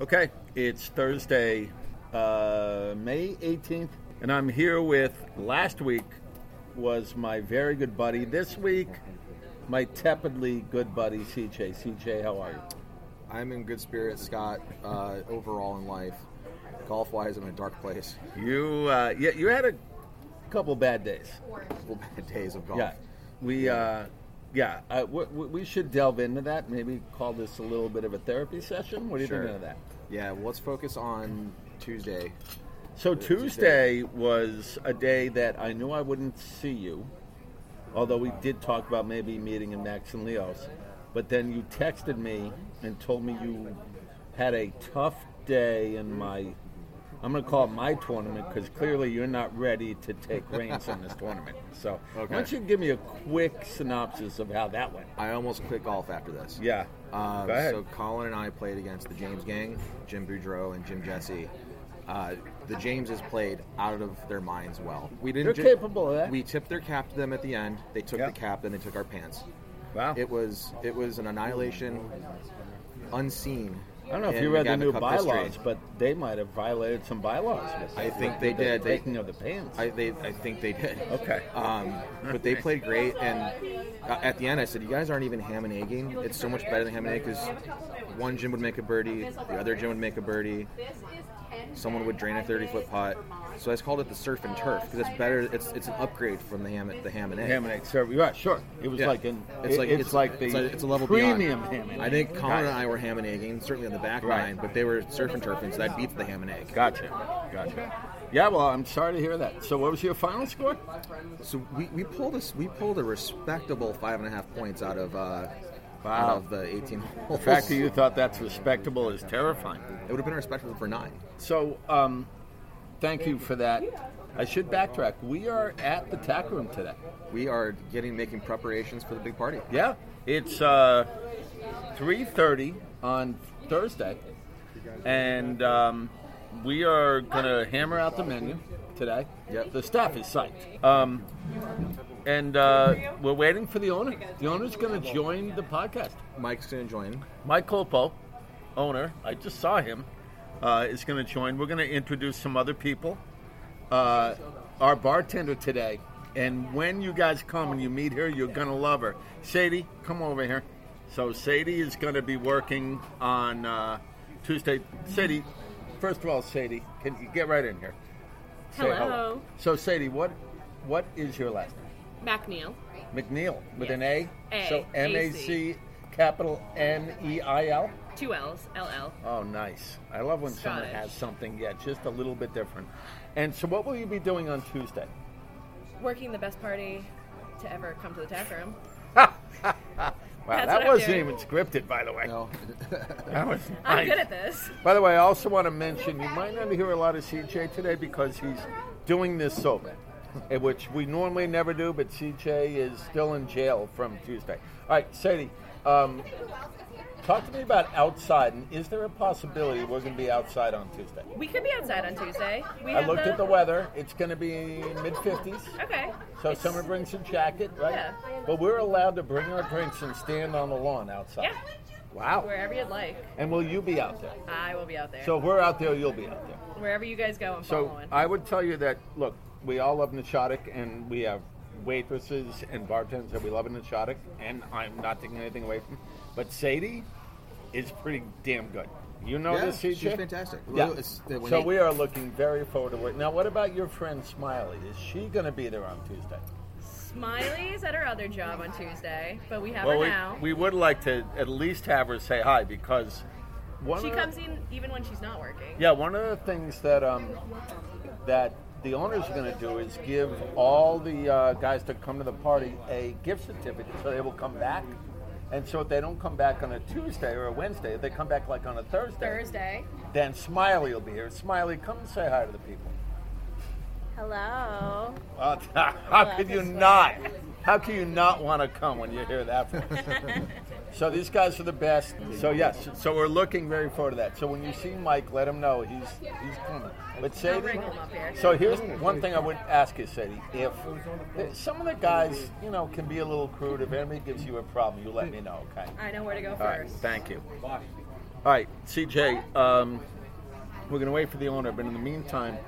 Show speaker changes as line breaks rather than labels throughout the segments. Okay, it's Thursday, uh, May 18th, and I'm here with last week was my very good buddy. This week, my tepidly good buddy CJ. CJ, how are you?
I'm in good spirits, Scott. Uh, overall in life, golf wise, I'm in a dark place.
You uh, yeah, you had a couple bad days.
Couple bad days of golf.
Yeah, we uh, yeah uh, w- w- we should delve into that. Maybe call this a little bit of a therapy session. What do you
Sure.
think of that?
Yeah, well, let's focus on Tuesday.
So Tuesday was a day that I knew I wouldn't see you, although we did talk about maybe meeting in Max and Leo's. But then you texted me and told me you had a tough day in my, I'm going to call it my tournament because clearly you're not ready to take reins in this tournament. So
Okay.
why don't you give me a quick synopsis of how that went?
I almost quit golf after this.
Yeah.
Um,
Go ahead.
So Colin and I played against the James gang, Jim Boudreau and Jim Jesse. Uh, the Jameses played out of their minds well. We didn't.
They're
ju-
capable of that.
We tipped their cap to them at the end. They took
Yeah.
the cap, then they took our pants.
wow.
It was it was an annihilation, unseen.
I don't know if
in
you read the
Gavin
new
Cup history.
bylaws, but they might have violated some bylaws. With
I
that,
think
with
they
the
did. They-
Taking of the pants.
I, they, I think they did.
Okay.
Um, but they played great, and uh, at the end, I said, "You guys aren't even ham and egging. It's so much better than ham and egg because one Jim would make a birdie, the other Jim would make a birdie, someone would drain a 30-foot putt. So I just called it the surf and turf because it's better. It's it's an upgrade from the ham the ham and egg.
ham and egg service. Right, sure. It was
Yeah.
like an. It's like it's, like the.
it's a, it's a level
premium
beyond.
ham and egg.
I think Colin and I were ham and egging, certainly on the back
Right.
line, but they were surf and turfing, so that beats the ham and egg.
Gotcha. Gotcha. Yeah. Well, I'm sorry to hear that. So, what was your final score?
So we, we pulled this we pulled a respectable five and a half points out of uh,
Wow.
out of the eighteen holes.
The fact that you thought that's respectable is terrifying.
it would have been respectable for nine.
So, um, thank you for that. I should backtrack. We are at the tack room today.
We are getting making preparations for the big party.
Yeah, it's uh, three thirty on Thursday, and um, we are gonna hammer out the menu today.
Yep.
The staff is psyched, um, and uh, we're waiting for the owner. The owner's gonna join the podcast.
Mike's gonna join.
Mike Colpo, owner, I just saw him, uh, is going to join. We're going to introduce some other people. Uh, our bartender today, and when you guys come and you meet her, you're going to love her. Sadie, come over here. So Sadie is going to be working on uh, Tuesday. Sadie, first of all, Sadie, can you get right in here? Say
Hello.
So Sadie, what what is your last name?
MacNeil.
McNeil with
Yes.
an A.
A,
So M A C capital N E I L.
Two L's. LL.
Oh, nice. I love when someone
Scottish.
has something, yeah, just a little bit different. And so, what will you be doing on Tuesday?
Working the best party to ever come to the tap room.
Wow,
That's
that
what I'm
wasn't
doing.
even scripted, by the way.
No,
That was
I'm
nice.
good at this.
By the way, I also want to mention you might not hear a lot of CJ today because he's doing this sober, eh, which we normally never do, but CJ is still in jail from Tuesday. All right, Sadie, um, talk to me about outside, and is there a possibility we're going to be outside on Tuesday?
We could be outside on Tuesday. We
I
have
looked at the weather. It's going to be mid 50s.
Okay.
So
It's-
someone brings a jacket, right?
Yeah.
But we're allowed to bring our drinks and stand on the lawn outside.
Yeah.
Wow.
Wherever you'd like,
And will you be out there?
I will be out there.
So if we're out there, you'll be out there.
wherever you guys go, I'm
So
following.
I would tell you that look, we all love Nishotic and we have waitresses and bartenders that we love in Nishotic and I'm not taking anything away from but Sadie is pretty damn good. You know
Yeah,
this, CJ?
she's fantastic.
Yeah.
Well, it's- that when
so
you-
we are looking very forward to it. Now, what about your friend Smiley? Is she going to be there on Tuesday?
Smiley's at her other job on Tuesday, but we have
Well,
her
we,
now.
we would like to at least have her say hi because one
she
of
comes
the,
in even when she's not working.
Yeah, one of the things that um, that the owners are going to do is give all the uh, guys that come to the party a gift certificate, so they will come back. And so if they don't come back on a Tuesday or a Wednesday, if they come back like on a Thursday,
Thursday.
then Smiley will be here. Smiley, come and say hi to the people.
Hello.
Uh, how could you not? How can you not want to come when you hear that? From us? so these guys are the best. So yes, so we're looking very forward to that. So when you see Mike, let him know he's he's coming. But Sadie,
bring him up here.
so here's one thing I would ask you, Sadie. If some of the guys, you know, can be a little crude. If anybody gives you a problem, you let me know. Okay.
I know where to go
All right.
first.
Thank you. All right, CJ, um, we're going to wait for the owner, but in the meantime,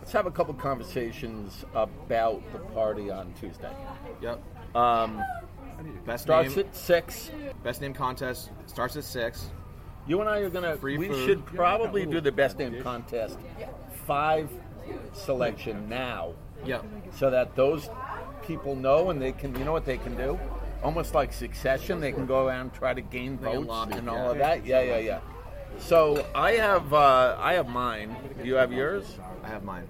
let's have a couple conversations about the party on Tuesday.
Yep.
Um,
Best
starts
name,
at six.
best name contest starts at six.
You and I are gonna.
Free
we
food.
should probably do the best name contest five selection now,
Yep.
so that those people know and they can. You know what they can do? Almost like Succession, they can go around and try to gain
They can
votes
lobby,
and
yeah.
all of that. Yeah, yeah, yeah. So I have uh, I have mine. Do you have yours?
I have mine.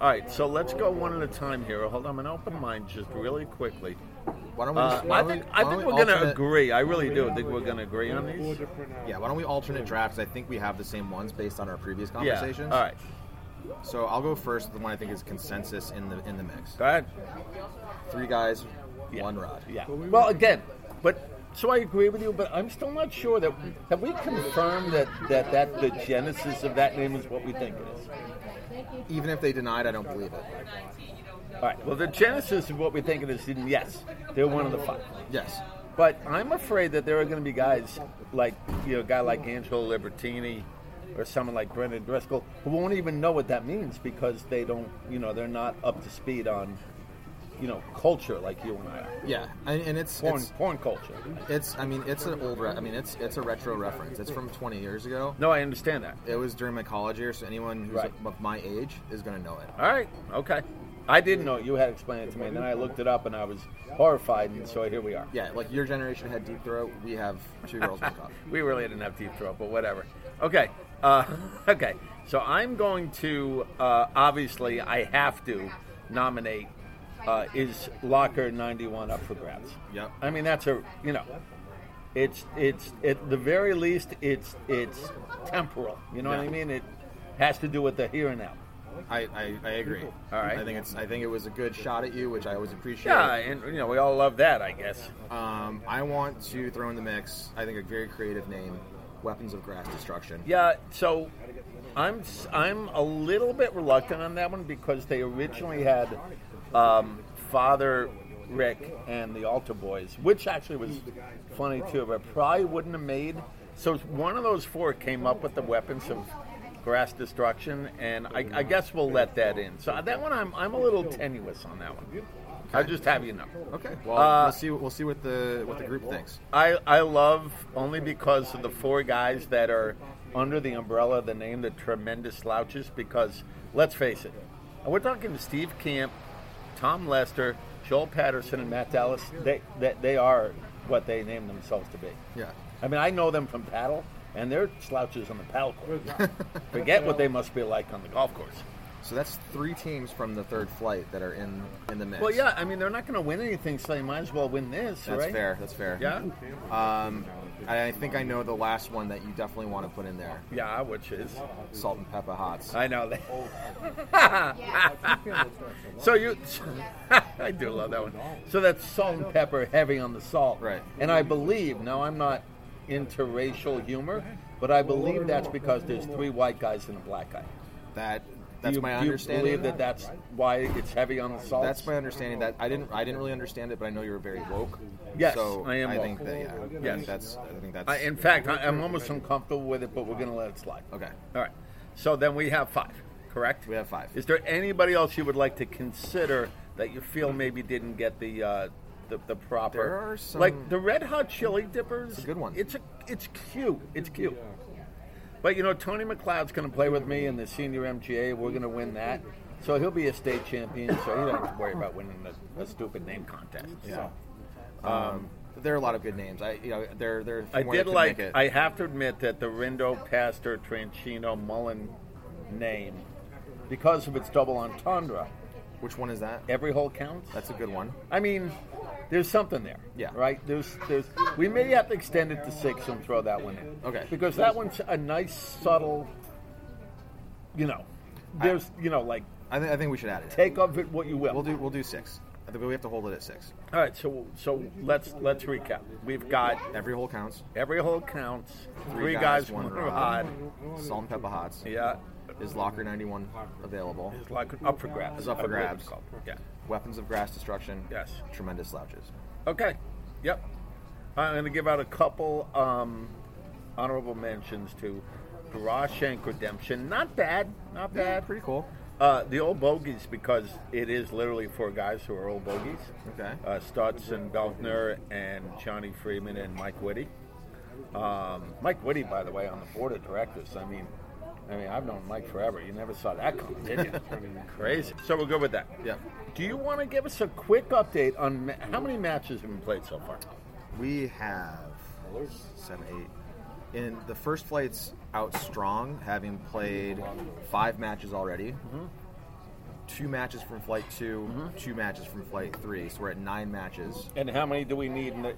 All right. So let's go one at a time here. Hold on, I'm gonna open mine just really quickly.
Why don't we?
Uh,
just, why
I
don't
think
we,
I
why
think we're
don't we
gonna
alternate-
agree. I really do think we're gonna agree on these.
Yeah. Why don't we alternate drafts? I think we have the same ones based on our previous
Yeah.
conversations.
All right.
So I'll go first. The one I think is consensus in the in the mix.
Go ahead.
Three guys,
Yeah.
one rod.
Yeah. Well, again, but so I agree with you, but I'm still not sure that have we confirmed that that, that the genesis of that name is what we think it is.
Even if they denied, I don't believe it.
All right. Well, the genesis of what we think it is, then yes, they're one of the five.
Yes.
But I'm afraid that there are going to be guys like you know, a guy like Angelo Libertini, or someone like Brendan Driscoll, who won't even know what that means because they don't, you know, they're not up to speed on, you know, culture like you and I are.
Yeah. And, and it's,
Porn,
it's
porn culture.
it's I mean it's an old re- I mean it's it's a retro reference. It's from 20 years ago.
No, I understand that.
It was during my college years, so anyone who's
Right.
of my age is gonna know it.
All right. Okay. I didn't know. it. You had explained it to me, and then I looked it up, and I was horrified, and so here we are.
Yeah, like your generation had deep throat. We have two girls one cup.
We really didn't have deep throat, but whatever. Okay. Uh, okay. So I'm going to uh, obviously I have to nominate uh, is Locker 91 up for grabs.
Yep.
I mean that's a you know, it's it's at the very least it's it's temporal. You know what I
Yeah.
mean? It has to do with the here and now.
I, I, I agree. All
right.
I think it's I think it was a good shot at you, which I always appreciate.
Yeah, and you know we all love that, I guess.
Um, I want to throw in the mix. I think a very creative name, Weapons of Grass Destruction.
Yeah, so I'm I'm a little bit reluctant on that one because they originally had um, Father Rick and the Altar Boys, which actually was funny too, but probably wouldn't have made. So it's one of those four came up with the weapons of grass destruction, and I, I guess we'll let that in. So that one I'm I'm a little tenuous on that one. I'll just have you know.
Okay. Well,
Uh,
we'll see. We'll see what the what the group thinks.
I, I love only because of the four guys that are under the umbrella of the name the tremendous slouches because let's face it we're talking to steve camp tom lester joel patterson and matt dallas they, they, they are what they name themselves to be
Yeah.
i mean i know them from paddle and they're slouches on the paddle court forget what they must be like on the golf course
So that's three teams from the third flight that are in in the mix.
well yeah i mean they're not going to win anything so they might as well win this
That's
right
fair. That's fair.
yeah
Um, I think I know the last one that you definitely want to put in there.
yeah which is
Salt and pepper hots.
I know that. so you, I do love that one. So that's salt and pepper, heavy on the salt.
Right.
And I believe now I'm not into racial humor, but I believe that's because there's three white guys and a black guy.
That that's
you,
my
you
understanding.
believe that that's why it's heavy on the salt.
That's my understanding. That I didn't I didn't really understand it, but I know you were very woke.
Yes,
so
I am
think
woke.
that yeah. I
Yes.
think that's I think that's
I, in fact, I, I'm almost uncomfortable with it, but we're gonna let it slide.
okay.
All right. So then we have five, correct?
We have five.
Is there anybody else you would like to consider that you feel maybe didn't get the uh, the, the proper?
There are some-
like the Red Hot Chili Dippers. It's
a good one.
It's a it's cute. It's cute. But you know, Tony McLeod's going to play with me in the senior MGA. We're going to win that, so he'll be a state champion. So he don't have to worry about winning a, a stupid name contest.
Yeah. Um, there are a lot of good names. I you know there there. are a few
I
more that
did
could
like.
make it.
I have to admit that the Rindo Pastor Tranchino Mullen name, because of its double entendre,
Which one is that?
every hole counts.
That's a good one.
I mean, there's something there.
Yeah.
Right. There's there's. We may have to extend it to six and throw that one in.
Okay.
Because that one's a nice subtle. You know, there's you know like
I think I think we should add it.
take of it what you will.
We'll do we'll do six. I think we have to hold it at six.
All right. So so let's let's recap. We've got
Every hole counts.
every hole counts. Three,
Three
guys,
guys, one
one
rod.
rod.
Salt and pepper hots.
Yeah.
Is locker ninety one available?
It's like up for grabs.
It's up for
I believe
grabs.
it's called. Yeah.
Weapons of grass destruction.
Yes.
Tremendous slouches.
Okay. Yep. I'm going to give out a couple um, honorable mentions to Garashank Redemption. Not bad, not bad.
Pretty cool.
Uh, the old bogeys because it is literally for guys who are old bogeys.
Okay.
Uh, Stutz and Belkner and Johnny Freeman and Mike Whitty. Um, Mike Whitty, by the way, on the board of directors. I mean, I mean, I've known Mike forever. You never saw that coming, did you? Crazy. So we're good with that.
Yeah.
Do you want to give us a quick update on ma- how many matches have been played so far?
We have seven, eight. In the first flight's out strong, having played five matches already. Two matches from flight 2 two matches from flight three. So we're at nine matches.
And how many do we need in the,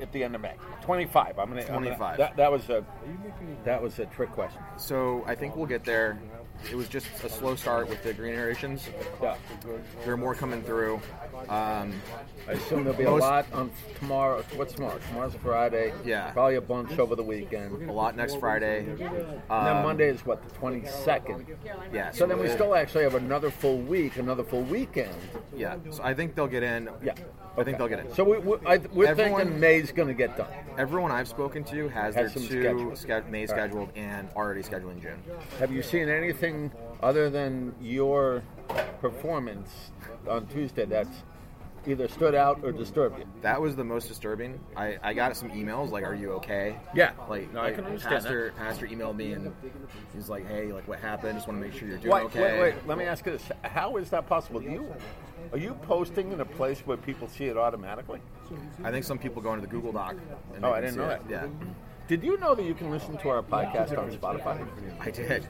at the end of May? Twenty-five. I'm gonna. I'm gonna-
25.
that, that was a. That was a trick question.
So I think we'll get there. It was just a slow start with the green iterations.
Yeah.
There are more coming through. Um,
I assume there'll be a
Most-
lot on tomorrow. What's tomorrow? Tomorrow's Friday.
Yeah.
Probably a bunch over the weekend.
a lot next Friday.
And then
Um,
Monday is what the twenty-second.
Yeah.
So then we
we'll-
still actually have another full week, another full weekend.
Yeah. So I think they'll get in.
Yeah.
I think they'll get in.
So we, we, I, we're
Everyone-
thinking May's going to get done.
Everyone I've spoken to
Has
has, their
some
two
scheduled.
ske- May
All right.
scheduled and already scheduling June.
Have you seen anything other than your performance on Tuesday that's either stood out or disturbed you?
That was the most disturbing. I, I got some emails like, "Are you okay?"
Yeah.
Like,
No, I
like,
can understand
pastor pastor emailed me and he's like, "Hey, like what happened? Just want to make sure you're doing
Wait,
okay."
wait, wait. Let me ask you this: How is that possible? Do you are you posting in a place where people see it automatically?
I think some people go into the Google Doc. And
Oh,
they
I
can
didn't
see
know
it.
that.
Yeah,
Did you know that you can listen to our podcast on Spotify?
I did.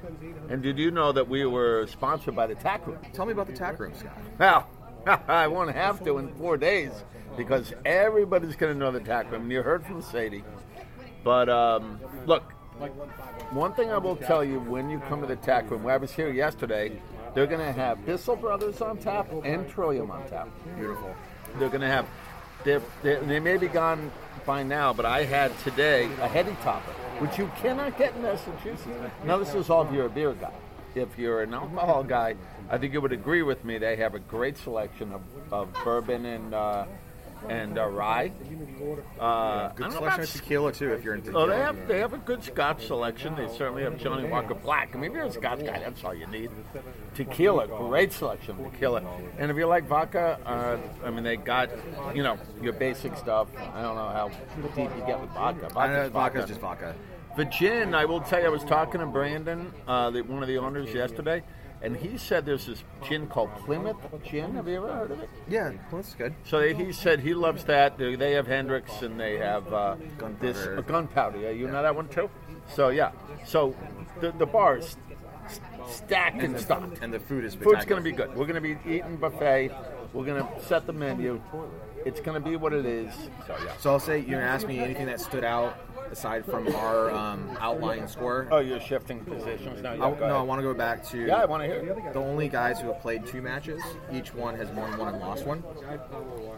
And did you know that we were sponsored by the Tack Room?
Tell me about the tack room, Scott.
Now, I won't have to in four days because everybody's going to know the tack room. You heard from Sadie. But um, look, one thing I will tell you when you come to the tack room, when I was here yesterday, they're going to have Bissell Brothers on tap and Trillium on tap.
Beautiful.
They're going to have, they're, they're, they may be gone by now, but I had today a heady topper, which you cannot get in Massachusetts. Now, this is all if you're a beer guy. If you're an alcohol guy, I think you would agree with me. They have a great selection of, of bourbon and uh, and uh, rye. Uh, I
Good
don't know
selection
about
of tequila too, if you're into.
Oh, they
tequila.
have they have a good Scotch selection. They certainly have Johnny Walker Black. I mean, if you're a Scotch guy, that's all you need. Tequila, great selection of tequila. And if you like vodka, uh, I mean, they got you know your basic stuff. I don't know how deep you get with vodka.
I know
Vodka's
vodka's just vodka.
the gin, I will tell you, I was talking to Brandon, uh, the, one of the owners yesterday, and he said there's this gin called Plymouth Gin. Have you ever heard of it?
Yeah, that's good.
So he said he loves that. They they have Hendrix and they have uh, this
Gunpowder.
uh, gunpowder. Yeah, you know that one too. So yeah, so the, the bar is st- stacked and stocked.
And the food is.
Food's going
spectacular.
to be good. We're going to be eating buffet. We're going to set the menu. It's going to be what it is. So yeah.
So I'll say you asked me anything that stood out aside from our um, outline score.
Oh, you're shifting positions now. Yeah,
I,
go
no, I
ahead.
want to go back to
yeah, I want to hear. it.
the only guys who have played two matches. Each one has won one and lost one.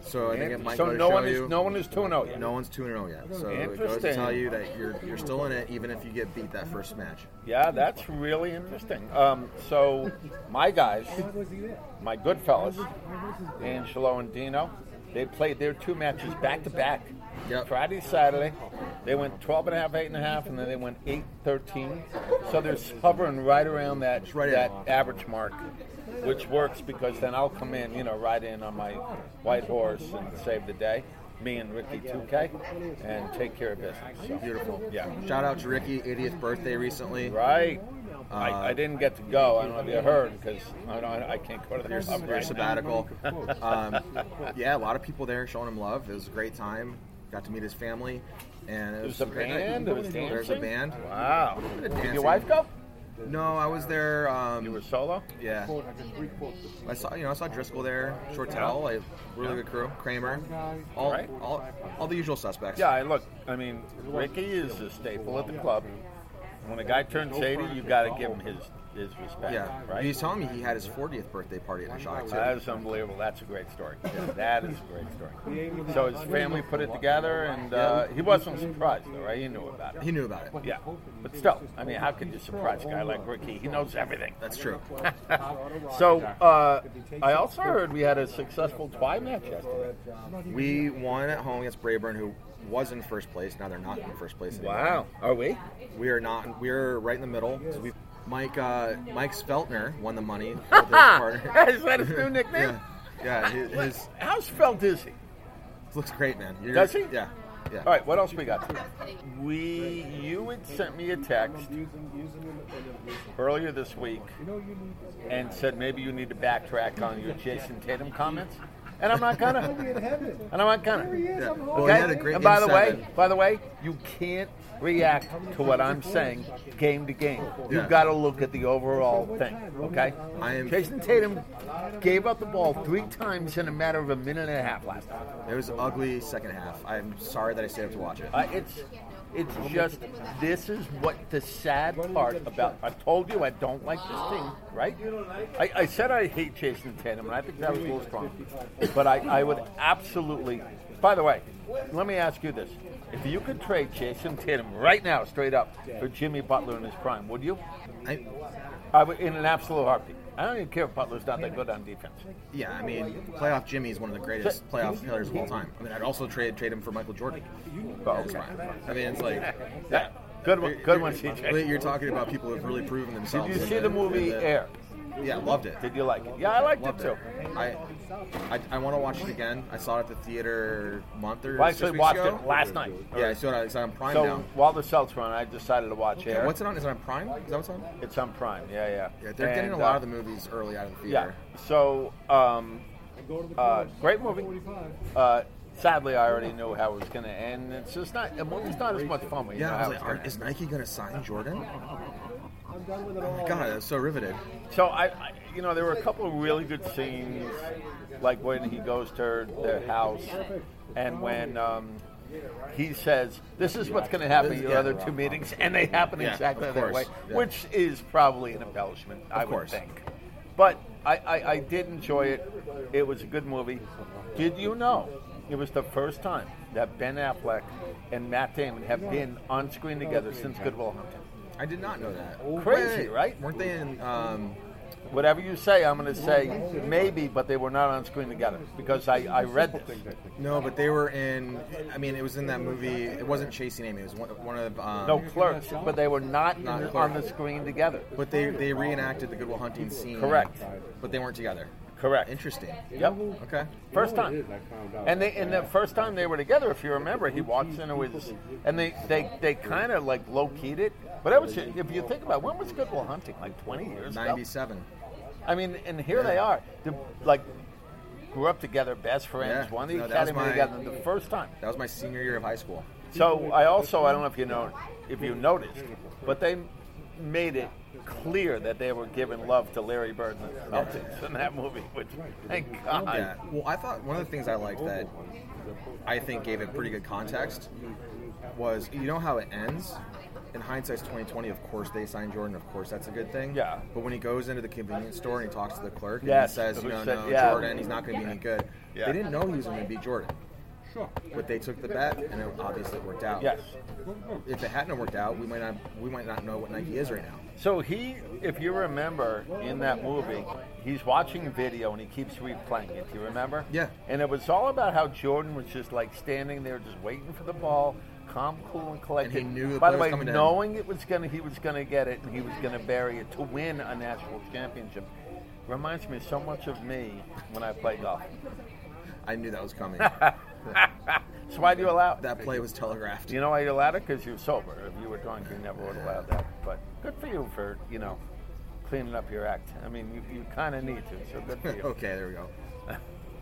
So I think it might
So
go to
no
show
one
you.
is no one is two and zero yet.
no one's two and zero yet. So it goes to
Interesting.
tell you that you're you're still in it, even if you get beat that first match.
Yeah, that's really interesting. Um, so, my guys, my good fellas, Angelo and Dino, they played their two matches back to back.
Yep.
Friday, Saturday. They went 12 and a half, 8 and a half, and then they went 8, 13. So they're hovering right around that,
right
that
at-
average mark, which works because then I'll come in, you know, right in on my white horse and save the day, me and Ricky 2K, and take care of business. So,
Beautiful.
Yeah.
Shout out to Ricky, 80th birthday recently.
Right. I,
Uh,
I didn't get to go. I don't know if you heard because I don't. I can't go to the
Your,
pub
your
right
sabbatical. Um, yeah, a lot of people there showing him love. It was a great time. Got to meet his family, and it was,
There's a
great night.
band. There was
There's a
dancing?
band.
now. Wow. Did your
dancing.
wife go?
No, I was there. Um,
You were solo.
Yeah. I saw you know I saw Driscoll there, Shortell, like really good crew, Kramer, all,
Right.
all all the usual suspects.
Yeah. I look. I mean, Ricky is a staple at the club. When a guy turns 80, you got to give him his his respect.
yeah.
Right.
He's telling me he had his 40th birthday party at the shop too.
That is unbelievable. That's a great story. That is a great story. So his family put it together, and uh, he wasn't surprised, though, right? He knew about it.
he knew about it.
Yeah. But still, I mean, how could you surprise a guy like Ricky? He knows everything.
That's true.
So uh, I also heard we had a successful twi match yesterday.
We won at home against Brayburn, who was in first place. Now they're not in first place. Anymore.
Wow. Are we?
We are not. We're right in the middle. So we Mike uh, Mike Speltner won the money. with his partner.
Ah, Is that his new nickname?
yeah, yeah. His, his
How spelled is he?
looks great, man. You're,
Does he?
Yeah, yeah.
All right, what else we got? We, you had sent me a text earlier this week and said maybe you need to backtrack on your Jason Tatum comments, and I'm not gonna,
in heaven.
and I'm not gonna.
Yeah. Well, he
Okay.
had a great
and by
game
the way,
seven.
by the way, you can't react to what I'm saying game to game.
Yeah.
You've got to look at the overall thing. Okay.
I am-
Jason Tatum gave up the ball three times in a matter of a minute and a half last night.
it was an ugly second half. I'm sorry that I stayed up to watch it.
Uh, it's it's just this is what the sad part about. I told you I don't like this team, right? I, I said I hate Jason Tatum, and I think that was a little strong. But I, I would absolutely. By the way, let me ask you this: If you could trade Jason Tatum right now, straight up, for Jimmy Butler in his prime, would you?
I,
I would in an absolute heartbeat. I don't even care if Butler's not that good on defense.
yeah, I mean, playoff Jimmy is one of the greatest playoff players of all time. I mean, I'd also trade trade him for Michael Jordan.
But
That's
okay.
fine. I mean, it's like
Yeah. Good one, good one,
Wait,
CJ.
You're talking about people who've really proven
Did
themselves.
you
in
see the movie
in the-
Air?
Yeah, loved it.
Did you like it? Yeah, I liked
Loved
it too.
I, I, I want to watch it again. I saw it at the theater a month or
Well, I
six
actually
weeks
watched
ago.
it last night.
Yeah, I saw it. It's on Prime
So
now.
while the Celtics were on, I decided to watch Air.
What's it on? Is it on Prime? Is that what's on?
It's on Prime. Yeah, yeah.
Yeah, they're getting a
And,
lot
uh,
of the movies early out of the
Yeah.
theater.
So, um,
Go to the
uh,
club.
great movie.
45.
Uh, sadly, I already knew how it was going to end. It's just not. A movie's not as much fun when you
Yeah,
know
I
how
was like,
it's gonna
are, is
end.
Nike gonna sign Jordan?
I'm done with it
Oh
all.
my God, I was so riveted.
So I, I, you know, there were a couple of really good scenes, like when he goes to her, their house, and when. Um, he says, "This is what's going to happen in your
Yeah.
other two meetings," and they happen
Yeah,
exactly
of
that
course.
way,
Yeah.
which is probably an embellishment, I would
course.
think. But I, I, I did enjoy it. It was a good movie. Did you know it was the first time that Ben Affleck and Matt Damon have been on screen together since Goodwill Hunting?
I did not know that.
Oh, Crazy, right?
Weren't they in? Um,
Whatever you say, I'm going to say maybe, but they were not on screen together because I, I read this.
no, but they were in. I mean, it was in that movie. It wasn't Chasing Amy. It was one, one of. Um,
No clerks, but they were not, in-
Not
on
Clerks.
the screen together.
But they they reenacted the Goodwill Hunting scene.
Correct.
But they weren't together.
Correct.
Interesting.
Yep.
Okay.
First
You know what
time.
it is, I found out.
And they and the first time they were together, if you remember, he walks in with his, and they they, they kind of like low keyed it. But that was if you think about it, when was Goodwill Hunting like twenty years ago?
Ninety-seven.
I mean, and here they are, the, like grew up together, best friends,
Yeah.
won the
No, that was
academy
my-
together the first time.
That was my senior year of high school.
So I also I don't know if you know if you noticed, but they made it clear that they were giving love to Larry Bird and the Celtics in that movie, which thank God.
Yeah. Well, I thought one of the things I liked that I think gave it pretty good context was you know how it ends. In hindsight's twenty twenty, of course they signed Jordan. Of course that's a good thing.
Yeah.
But when he goes into the convenience store and he talks to the clerk
Yes,
and he says,
who
you know,
said-
no
yeah.
Jordan, he's not going to be any good.
Yeah.
They didn't know he was going to be Jordan, but they took the bet and it obviously worked out.
Yes.
If it hadn't worked out, we might not we might not know what Nike is right now.
So he, if you remember in that movie, he's watching video and he keeps replaying it. Do you remember?
Yeah.
And it was all about how Jordan was just like standing there, just waiting for the ball, calm, cool, and collected.
And he knew the
By the
play was
way,
coming to him.
knowing it was gonna, he was gonna get it and he was gonna bury it to win a national championship. Reminds me so much of me when I play golf.
I knew that was coming.
So why do you allow? it?
that play was telegraphed.
Do you know why you allowed it? Because you were sober. If you were drunk, you never would have allowed that. But good for you for, you know, cleaning up your act. I mean, you, you kind of need to, so good for you.
okay, there we go.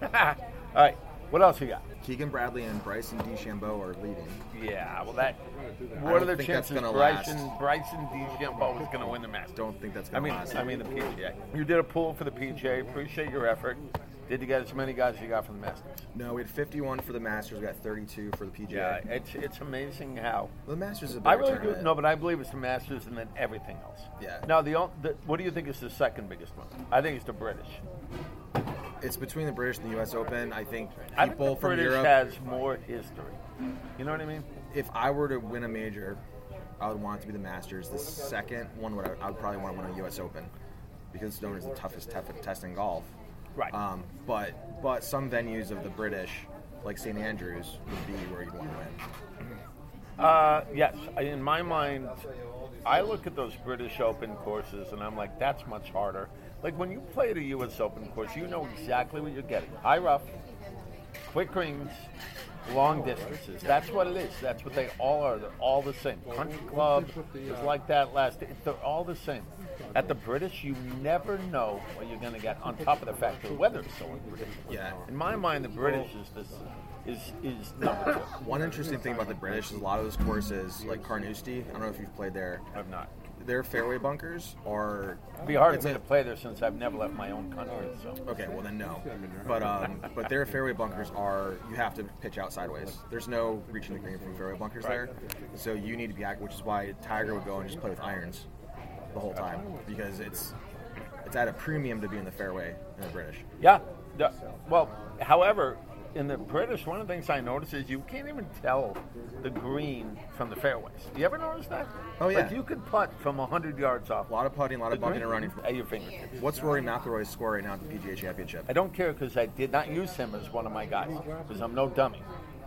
All right, what else we got?
Keegan Bradley and Bryson DeChambeau are leading.
Yeah, well, that.
I
What are
don't
the
think that's
chances
gonna
Bryson
last.
Bryson DeChambeau is going to win the Masters?
Don't think that's
I
gonna
mean,
last.
I mean the PGA. You did a pool for the PGA. Appreciate your effort. Did you get as many guys as you got from the Masters?
no, we had 51 for the Masters. We got 32 for the PGA.
it's it's amazing how
the Masters is a big
I really do.
tournament.
No, but I believe it's the Masters and then everything else.
Yeah.
Now the, on- the what do you think is the second biggest one? I think it's the British.
it's between the British and the U.S. Open. I think
I think
people
the
from
British
Europe.
has more history. You know what I mean?
if I were to win a major, I would want it to be the Masters. The second one would I, I would probably want to win a U.S. Open because it's known as the toughest tef- test in golf.
Right.
Um, but but some venues of the British like St. Andrews would be where you'd want to win.
Uh, yes, I- in my mind, I look at those British Open courses and I'm like, that's much harder. Like when you play at a U.S. Open course, you know exactly what you're getting: high rough, quick greens, long distances. That's what it is. That's what they all are. They're all the same. Country Club is like that last. They're all the same. At the British, you never know what you're going to get. On top of the fact the weather is so unpredictable.
Yeah.
In my mind, the British is this is is number two.
One interesting thing about the British is a lot of those courses, like Carnoustie, I don't know if you've played there,
I'm not.
their fairway bunkers are
It'd be hard
It's
for me
a-
to play there since I've never left my own country. So
Okay, well then no. But um, but their fairway bunkers are you have to pitch out sideways. There's no reaching the green from fairway bunkers there, so you need to be active, which is why Tiger would go and just play with irons the whole time because it's it's at a premium to be in the fairway in the British.
yeah, the- well, however, in the British, one of the things I notice is you can't even tell the green from the fairways. You ever notice that?
Oh,
like
yeah.
you could putt from hundred yards off.
A lot of putting, a lot
the
of bunking
green
and running. From,
at your fingertips.
what's Rory McIlroy's score right now at the PGA Championship?
I don't care because I did not use him as one of my guys because I'm no dummy.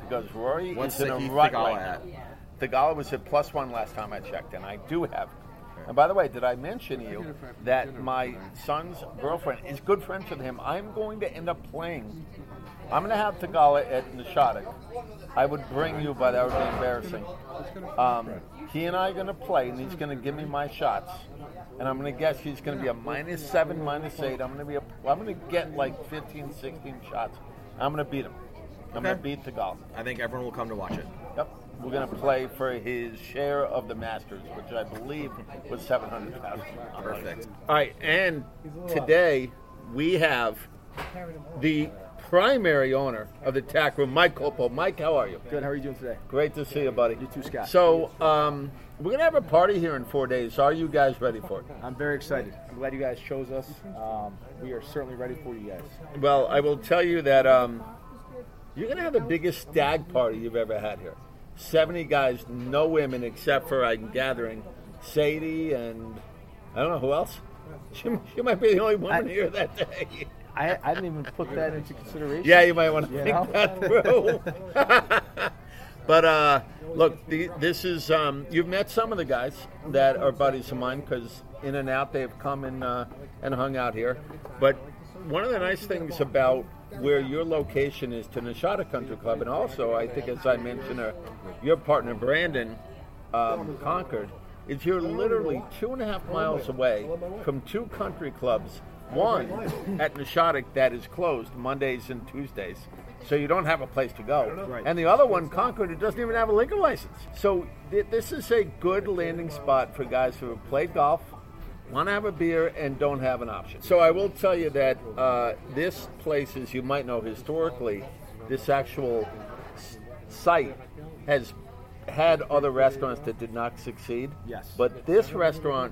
Because Rory
What's
is in a
Sahith
rut
Theegala
right
at?
now. The Gala was at plus one last time I checked, and I do have him. And by the way, did I mention to you that my son's girlfriend is good friends with him? I'm going to end up playing. I'm going to have Tagala at Nishadik. I would bring you, but that would be embarrassing. Um, he and I are going to play, and he's going to give me my shots. And I'm going to guess he's going to be a minus seven, minus eight. I'm going to be a, I'm going to get like 15, 16 shots. I'm going to beat him. I'm going to
Okay.
beat Tagala.
I think everyone will come to watch it.
Yep. We're gonna play for his share of the Masters, which I believe was seven hundred thousand.
Perfect.
All right, and today we have the primary owner of the tack room, Mike Coppo. Mike, how are you?
Good. How are you doing today?
Great to see you, buddy. You
too, Scott.
So um, we're gonna have a party here in four days. Are you guys ready for it?
I'm very excited. I'm glad you guys chose us. Um, we are certainly ready for you guys.
Well, I will tell you that um, you're gonna have the biggest stag party you've ever had here. Seventy guys, no women except for I'm gathering Sadie and I don't know who else. She, she might be the only woman
I-
here that day.
I, I didn't even put that into consideration.
yeah, you might want to
You
think
know?
that through. but uh, look, the, this is um, you've met some of the guys that are buddies of mine because in and out they've come and uh, and hung out here. But one of the nice things about where your location is to Nishada Country Club, and also I think as I mentioned, uh, your partner Brandon um, Concord, is you're literally two and a half miles away from two country clubs. One at Nishadik that is closed Mondays and Tuesdays, so you don't have a place to go.
Right.
And the other one, Concord, who doesn't even have a liquor license. So th- this is a good landing spot for guys who have played golf, want to have a beer, and don't have an option. So I will tell you that uh, this place, as you might know historically, this actual s- site has had other restaurants that did not succeed.
Yes.
But this restaurant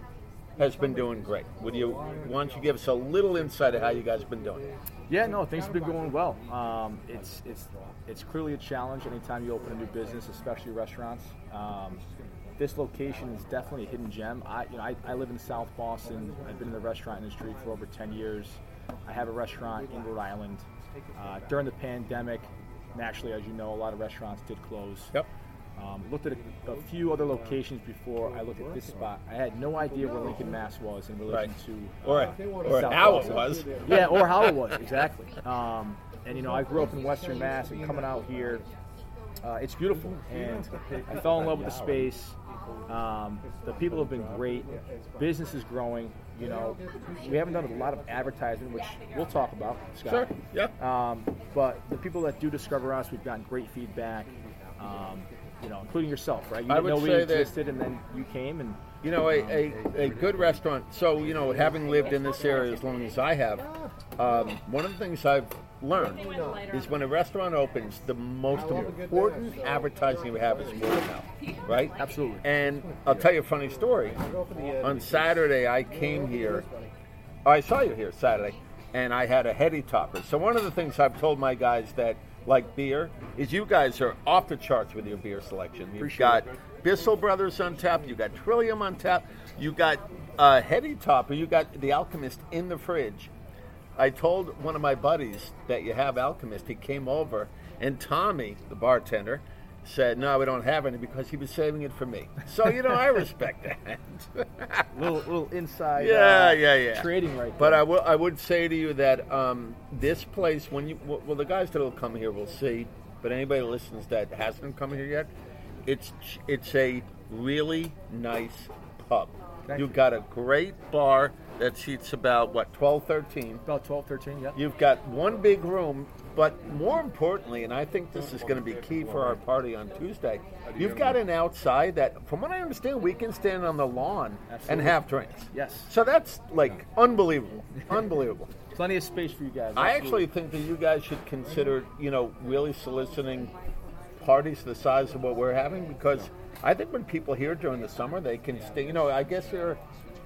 has been doing great. Would you? Why don't you give us a little insight of how you guys have been doing?
Yeah, no, things have been going well. Um, it's it's it's clearly a challenge anytime you open a new business, especially restaurants. Um, this location is definitely a hidden gem. I you know I, I live in South Boston. I've been in the restaurant industry for over ten years. I have a restaurant in Rhode Island. Uh, during the pandemic, naturally, as you know, a lot of restaurants did close. Um, looked at a, a few other locations before I looked at this spot. I had no idea where Lincoln, Mass was in relation
Right.
to
Or,
uh,
or
South
how it
Boston
was.
yeah, or how it was exactly. Um, and you know, I grew up in Western Mass, and coming out here, uh, it's beautiful. And I fell in love with the space. Um, the people have been great. Business is growing. You know, we haven't done a lot of advertising, which we'll talk about,
Sure.
Scott.
Yeah.
Um, but the people that do discover us, we've gotten great feedback. Um, you know, including yourself, right? You
I
didn't
would
know we
say that-
existed, and then you came, and
You know, a, a, a good restaurant. So, you know, having lived in this area as long as I have, um, one of the things I've learned is when a restaurant opens, the most important advertising you have is word of mouth, right?
Absolutely.
And I'll tell you a funny story.
uh,
On Saturday, I came here. Oh, I saw you here Saturday, and I had a heady topper. So one of the things I've told my guys that like beer is you guys are off the charts with your beer selection. You've got Bissell Brothers on tap. You got Trillium on tap. You got uh, heady topper. You got the Alchemist in the fridge. I told one of my buddies that you have Alchemist. He came over And Tommy, the bartender, said, "No, we don't have any because he was saving it for me." So you know, I respect that.
little little inside.
yeah,
uh,
yeah, yeah.
Trading right.
But
there.
I will. I would say to you that um, this place, when you well, the guys that'll come here will see. But anybody that listens that hasn't come here yet, it's it's a really nice pub.
Thank
You've
you.
got a great bar that seats about what 12, 13.
about 12, 13, yeah.
You've got one big room, but more importantly, and I think this is going to be key for our party on Tuesday, you've got an outside that, from what I understand, we can stand on the lawn and
Absolutely.
have drinks.
Yes.
So that's like unbelievable. Unbelievable.
Plenty of space for you guys.
I
absolutely.
actually think that you guys should consider, you know, really soliciting parties the size of what we're having because I think when people here during the summer, they can stay. You know, I guess they're,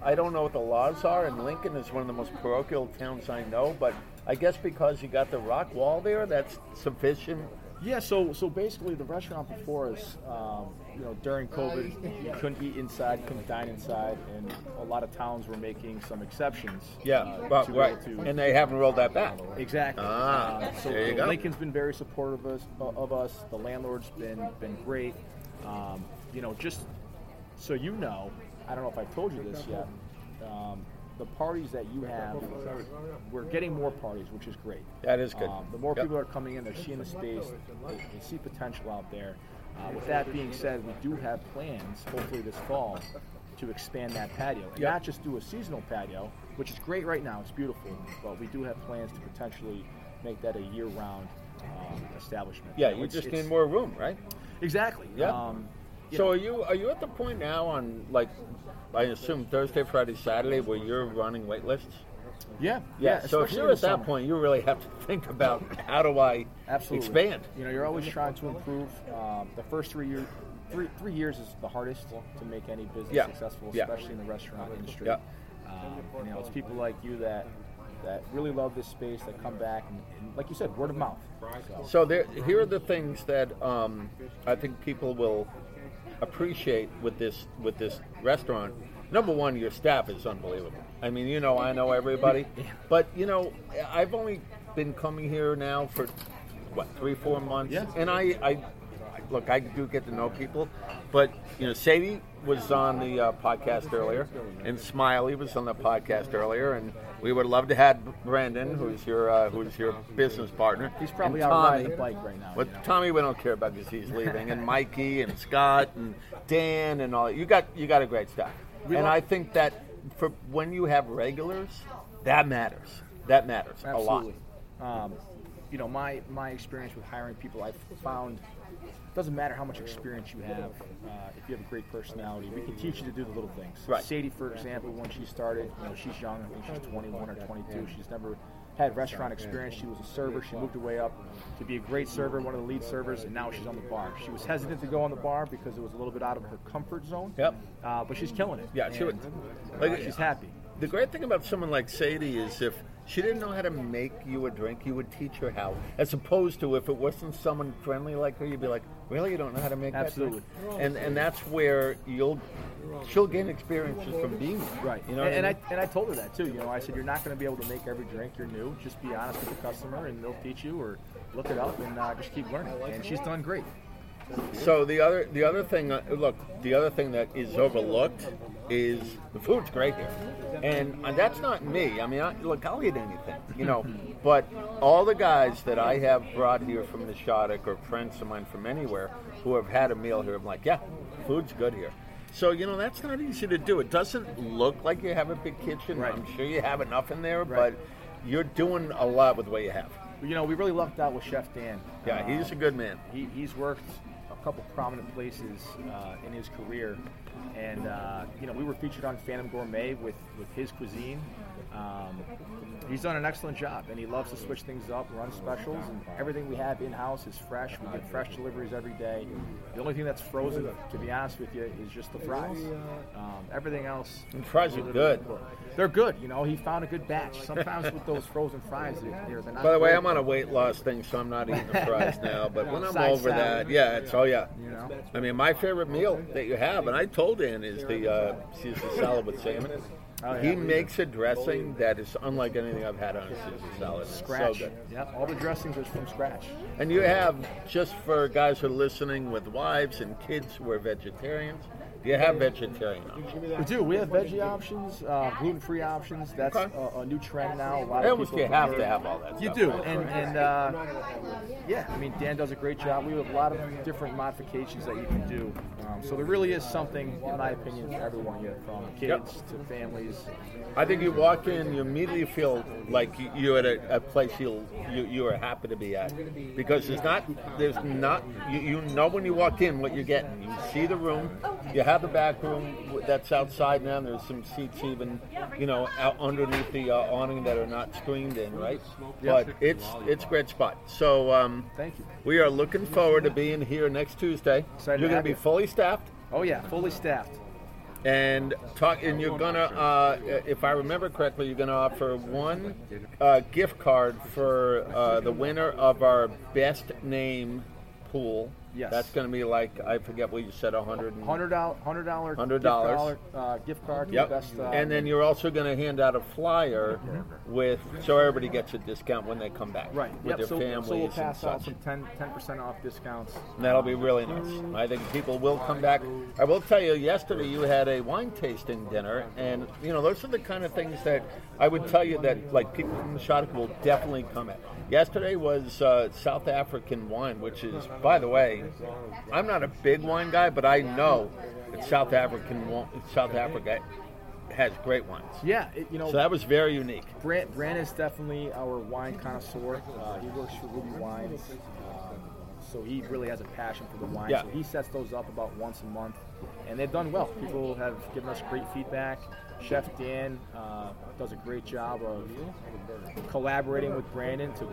I don't know what the laws are, and Lincoln is one of the most parochial towns I know, but I guess because you got the rock wall there, that's sufficient.
Yeah, so so basically, the restaurant before us, um, you know, during COVID, you couldn't eat inside, you couldn't dine inside, and a lot of towns were making some exceptions. uh,
but-
to be
right.
able to-
And they haven't rolled that back.
Exactly.
Ah,
Uh, so
there you
so
go.
Lincoln's been very supportive of us. uh, Of us. The landlord's been been great. Um, you know, just so you know, I don't know if I've told you this yet. Um, the parties that you have, we're getting more parties, which is great.
That is good.
Um, the more
Yep.
people are coming in, they're seeing the space, they, they see potential out there. Uh, with that being said, we do have plans, hopefully this fall, to expand that patio. And
Yep.
not just do a seasonal patio, which is great right now, it's beautiful, but we do have plans to potentially make that a year round um, establishment.
Yeah,
know,
you
it's-
just
it's-
need more room, right?
Exactly.
Yeah.
Um, you
So
know,
are you are you at the point now on like I assume Thursday, Friday, Saturday where you're running wait lists?
yeah,
Yeah. so if
especially
you're
in
at
the
that
summer.
point, you really have to think about how do I
Absolutely.
expand?
You know, you're always trying to improve. Um, the first three years, three, three years is the hardest to make any business
Yeah.
successful,
Yeah.
especially in the restaurant industry.
Yeah.
Um, you know, it's people like you that that really love this space that come back and, and like you said, word of mouth. So,
So there, here are the things that um, I think people will appreciate with this with this restaurant. Number one, your staff is unbelievable. I mean, you know, I know everybody, but you know, I've only been coming here now for what three, four months,
Yeah.
and I, I look, I do get to know people, but you know, Sadie was on the uh, podcast earlier, and Smiley was on the podcast earlier, and we would love to have Brandon, who's your uh, who's your business partner.
He's probably
and
out riding
Tommy.
the bike right now.
But
you know?
Tommy, we don't care about because he's leaving, and Mikey and Scott and Dan and all. You got you got a great staff,
We
and
love-
I think that for when you have regulars, that matters. That matters
Absolutely. Um, you know, my my experience with hiring people, I've found it doesn't matter how much experience you have. Uh, if you have a great personality, we can teach you to do the little things.
Right.
Sadie, for example, when she started, you know, she's young. I think she's 21 or 22. She's never had restaurant experience. She was a server. She moved her way up to be a great server, one of the lead servers, and now she's on the bar. She was hesitant to go on the bar because it was a little bit out of her comfort zone.
Yep.
Uh, but she's killing it.
Yeah, she
And,
would-
uh,
like-
she's happy.
a lot. The great thing about someone like Sadie is if she didn't know how to make you a drink, you would teach her how. As opposed to if it wasn't someone friendly like her, you'd be like, "Really, you don't know how to make
Absolutely.
that?" Absolutely. And and that's where you'll she'll gain experiences from being there.
Right.
You know. what
and, and
I
I
mean?
and I told her that too. You know, I said you're not going to be able to make every drink. You're new. Just be honest with the customer, and they'll teach you or look it up and uh, just keep learning. And she's done great.
So the other the other thing, uh, look, the other thing that is overlooked is the food's great here, and, and that's not me. I mean, I, look, I'll eat anything, you know. but all the guys that I have brought here from Nishotic or friends of mine from anywhere who have had a meal here, I'm like, yeah, food's good here. So you know that's not easy to do. It doesn't look like you have a big kitchen.
Right.
I'm sure you have enough in there,
Right.
but you're doing a lot with what you have.
You know, we really lucked out with Chef Dan.
Yeah, he's a good man.
He, he's worked a couple prominent places uh, in his career, and uh, you know we were featured on Phantom Gourmet with with his cuisine. Um, he's done an excellent job, and he loves to switch things up, run specials, and everything we have in house is fresh. We get fresh deliveries every day. The only thing that's frozen, to be honest with you, is just the fries. Um, everything else
And fries are good.
They're good, you know. He found a good batch. Sometimes with those frozen fries, they're, they're not.
By the way,
good,
I'm on a weight loss thing, so I'm not eating the fries now. But when I'm
Side
over
salad.
that, yeah, it's oh yeah.
You know.
I mean, my favorite meal that you have, and I told Ann, is the uh, Caesar salad with salmon.
Oh, yeah,
he
believe it.
makes a dressing that is unlike anything I've had on a Caesar salad. It's
Scratch.
So good.
yeah, all the dressings are from scratch.
And you have, just for guys who are listening with wives and kids who are vegetarians, you have vegetarian options.
We do. We have veggie options, uh, gluten-free options. That's
Okay.
a, a new trend now. A lot
I
of
almost
people
you have to
prefer-
have all that
You
stuff.
do, and and uh, yeah, I mean Dan does a great job. We have a lot of different modifications that you can do. Um, so there really is something, in my opinion, for everyone. You from kids to families.
I think you walk in, you immediately feel like you- you're at a, a place you'll, you you are happy to be at because there's not there's not you, you know when you walk in what you're getting. You see the room, you have the back room w- that's outside now. and There's some seats even you know out underneath the uh, awning that are not screened in, right? But it's it's a great spot. So um,
Thank you.
we are looking forward to being here next Tuesday.
Excited to
you're going to
have
be
you.
fully staffed
Oh yeah, fully staffed.
and talk and you're gonna uh, if i remember correctly you're gonna offer one uh, gift card for uh, the winner of our best name pool
Yes.
that's gonna be like i forget what you said 100 and,
Hundred dollar, hundred dollar,
$100.
uh, gift card. to
yep
The best, uh,
and then you're also gonna hand out a flyer with so everybody gets a discount when they come back
right.
with
Yep.
their
So,
families
so we'll
and
pass out
such.
some 10 percent off discounts.
And that'll be really nice. I think people will come back. I will tell you, yesterday you had a wine tasting dinner, and you know those are the kind of things that I would tell you that like people from Shattuck will definitely come at. Yesterday was uh, South African wine, which is, by the way, I'm not a big wine guy, but I know that South African wa- South Africa has great wines.
Yeah, it, you know.
So that was very unique.
Brant, Brant is definitely our wine connoisseur. Uh, he works for Ruby Wines, um, so he really has a passion for the wine.
Yeah.
So he sets those up about once a month, and they've done well. People have given us great feedback. Chef Dan uh, does a great job of collaborating with Brandon to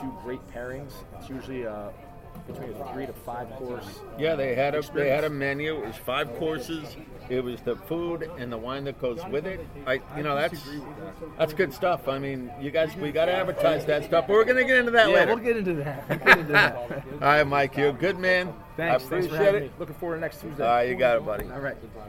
do great pairings. It's usually uh, between a three to five course. uh,
Yeah, they had a they had a
experience.
menu. It was five courses. It was the food and the wine that goes with it. I, you know, that's that's good stuff. I mean, you guys, we got to advertise that stuff. But we're gonna get into that
Yeah,
later.
we'll get into that. We'll get into that.
All right, Mike, you're a good man. I
Thanks. Thanks
appreciate
for having
it.
me. Looking forward to next Tuesday.
All right, you got it, buddy.
All right.